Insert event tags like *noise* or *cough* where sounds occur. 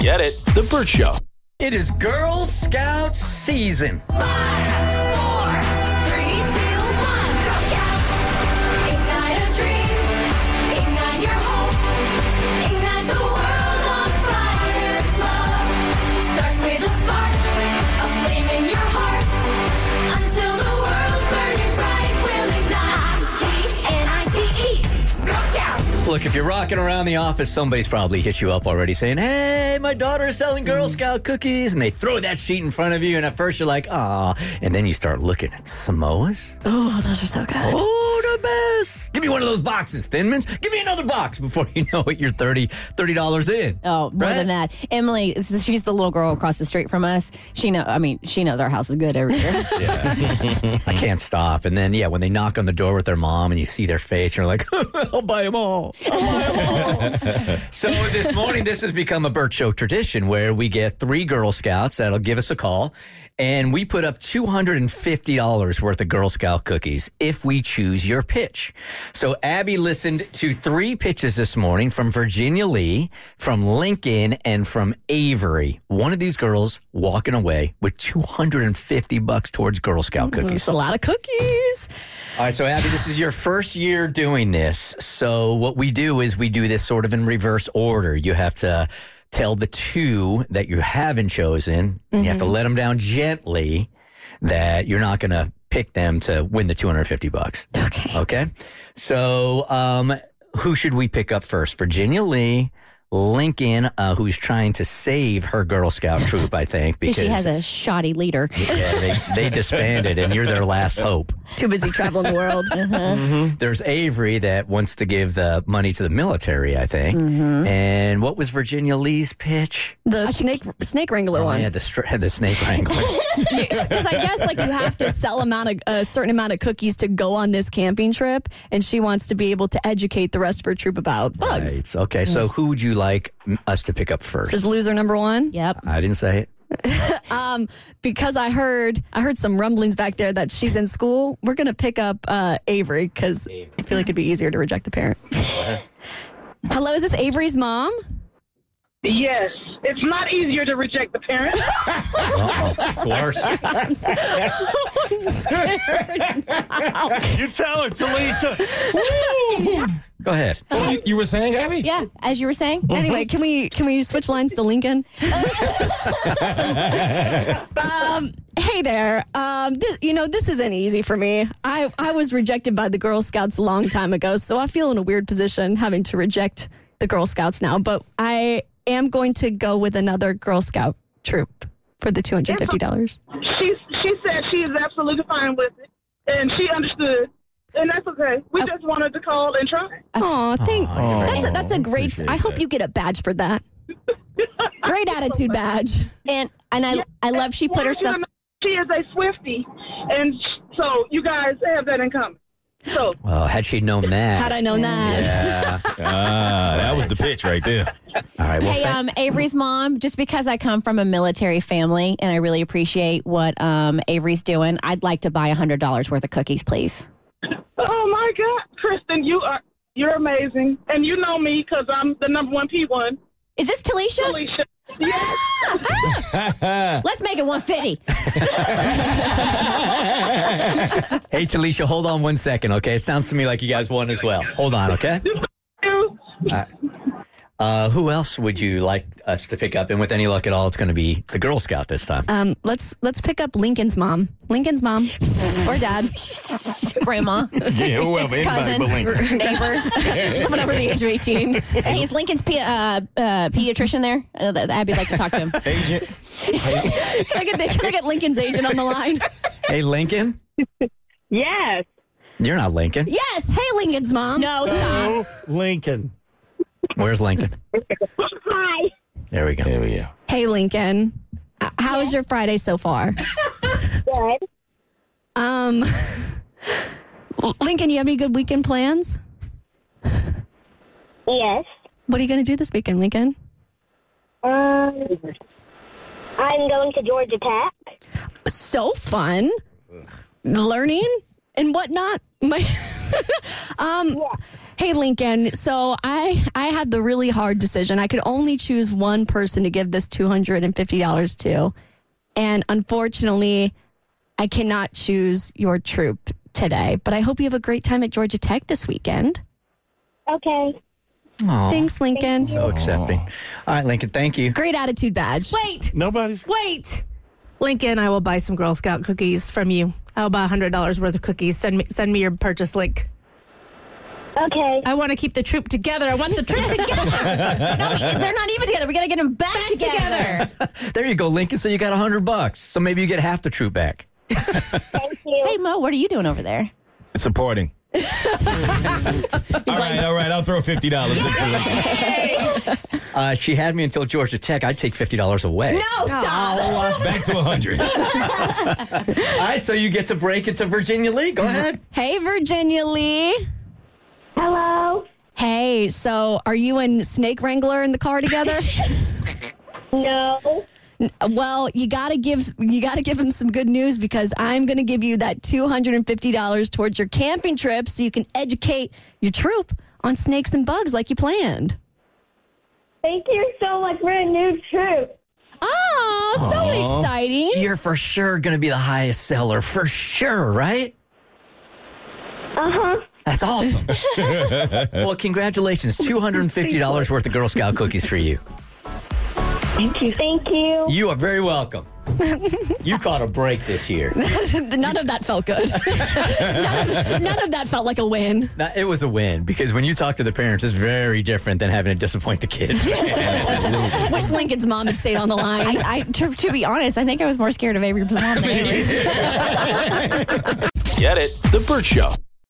Get it? The Burt Show. It is Girl Scout season. Look, if you're rocking around the office, somebody's probably hit you up already saying, Hey, my daughter is selling Girl Mm-hmm. Scout cookies. And they throw that sheet in front of you. And at first you're like, Aw. And then you start looking at Samoas. Oh, those are so good. Oh, the best. Give me one of those boxes, Thin Mints. Give me another box before you know it. You're 30 $30 in. Oh, more Right? than that. Emily, she's the little girl across the street from us. She know, I mean, she knows our house is good every *laughs* year. *laughs* I can't stop. And then, yeah, when they knock on the door with their mom and you see their face, you're like, *laughs* I'll buy them all. I'll buy 'em all. so this morning, this has become a Burt Show tradition where we get three Girl Scouts that'll give us a call. And we put up $250 worth of Girl Scout cookies if we choose your pitch. So Abby listened to three pitches this morning from Virginia Lee, from Lincoln, and from Avery. One of these girls walking away with 250 bucks towards Girl Scout cookies. It's a lot of cookies. All right, so Abby, this is your first year doing this. So what we do is we do this sort of in reverse order. You have to tell the two that you haven't chosen. You have to Mm-hmm. let them down gently that you're not going to pick them to win the 250 bucks. Okay. Okay? So um who should we pick up first? Virginia Lee, Lincoln, uh, who's trying to save her Girl Scout troop, I think, because *laughs* She has a shoddy leader. yeah, they, they disbanded and you're their last hope. Too busy traveling the world. Uh-huh. There's Avery that wants to give the money to the military, I think. Mm-hmm. And what was Virginia Lee's pitch? The snake snake wrangler Oh, one. *laughs* yeah, the, str- the snake wrangler. Because I guess like you have to sell amount of, a certain amount of cookies to go on this camping trip, and she wants to be able to educate the rest of her troop about bugs. Right. Okay, so who would you like m- us to pick up first? This is loser number one. Yep. I didn't *laughs* say it. Um, because I heard I heard some rumblings back there that she's in school. We're gonna pick up uh, Avery because I feel like it'd be easier to reject the parent. *laughs* Hello, is this Avery's mom? Yes, it's not easier to reject the parent. Uh-oh, it's worse. You tell her, Talisa. *laughs* Go ahead. you, you were saying, Abby? Yeah, as you were saying. Mm-hmm. Anyway, can we can we switch lines *laughs* to Lincoln? um, hey there. Um, this, you know this isn't easy for me. I I was rejected by the Girl Scouts a long time ago, so I feel in a weird position having to reject the Girl Scouts now. But I am going to go with another Girl Scout troop for the two hundred fifty dollars. she she said she is absolutely fine with it, and she understood, and that's okay. We just wanted to call and try. Oh, thank. you're that's a, right. that's a great. Appreciate I hope that. you get a badge for that. great attitude badge. And and I I love she put Well, herself you know, She is a Swifty, and sh- so you guys have that in common. So Well, had she known that. Had I known that. yeah. Ah, that was the pitch right there. All right. Well, Hey, uh, thank- um, Avery's mom, just because I come from a military family and I really appreciate what um, Avery's doing, I'd like to buy $100 worth of cookies, please. oh my God, Kristen, you are you're amazing, and you know me because I'm the number one P one. Is this Oh, Talisha? Alicia, yes, Let's make it 150. hey, Talisha, hold on one second, okay? It sounds to me like you guys won as well. Hold on, okay? you. Uh, who else would you like us to pick up? And with any luck at all, it's going to be the Girl Scout this time. Um, let's let's pick up Lincoln's mom. Lincoln's mom *laughs* or dad. Grandma, Yeah, whoever, anybody cousin, but Lincoln. neighbor, *laughs* someone over the age of 18. Hey, is Lincoln's pe- uh, uh, pediatrician there? Uh, th- Abby'd like to talk *laughs* to him. Agent. Can I get the- can I get Lincoln's agent on *laughs* the line? Hey, Lincoln? Yes. You're not Lincoln. Yes. Hey, Lincoln's mom. No, stop. Lincoln. Where's Lincoln? Hi. There we go. There we go. Hey, Lincoln, h- how is your Friday so far? Good. Um, Lincoln, you have any good weekend plans? Yes. What are you going to do this weekend, Lincoln? Um, I'm going to Georgia Tech. So fun, learning and whatnot. My, *laughs* um, hey Lincoln. So I I had the really hard decision. I could only choose one person to give this two hundred and fifty dollars to, and unfortunately, I cannot choose your troop today. But I hope you have a great time at Georgia Tech this weekend. Okay. Aw, Thanks, Lincoln. So accepting. Oh. All right, Lincoln. Thank you. Great attitude badge. Wait, Nobody's. wait. Lincoln, I will buy some Girl Scout cookies from you. I'll buy $100 worth of cookies. Send me send me your purchase link. Okay. I want to keep the troop together. I want the troop together. They're not even together. We got to get them back, together. There you go, Lincoln. So you got a hundred bucks. So maybe you get half the troop back. Thank you. Hey, Mo, what are you doing over there? Supporting. all right, all right. I'll throw fifty dollars. Uh, she had me until Georgia Tech. I'd take fifty dollars away. Oh, stop. Back to hundred. *laughs* All right, so you get to break into Virginia Lee. Mm-hmm. Go ahead. Hey, Virginia Lee. Hello. Hey, so are you and Snake Wrangler in the car together? *laughs* No. well, you gotta give you gotta give him some good news because I'm gonna give you that two hundred and fifty dollars towards your camping trip so you can educate your troop on snakes and bugs like you planned. *laughs* Thank you so much for a new troop. Oh, so exciting! You're for sure going to be the highest seller, for sure, right? Uh huh. *laughs* That's awesome. well, congratulations. $250 worth of Girl Scout cookies for you. Thank you. Thank you. You are *laughs* very welcome. You caught a break this year. none of that felt good. *laughs* none, of, none of that felt like a win. Now, it was a win because when you talk to the parents, it's very different than having to disappoint the kid. *laughs* *laughs* Wish Lincoln's mom had stayed on the line. I, to, to be honest, I *laughs* think I was more scared of Avery Blum than Avery. Get it? The Burt Show.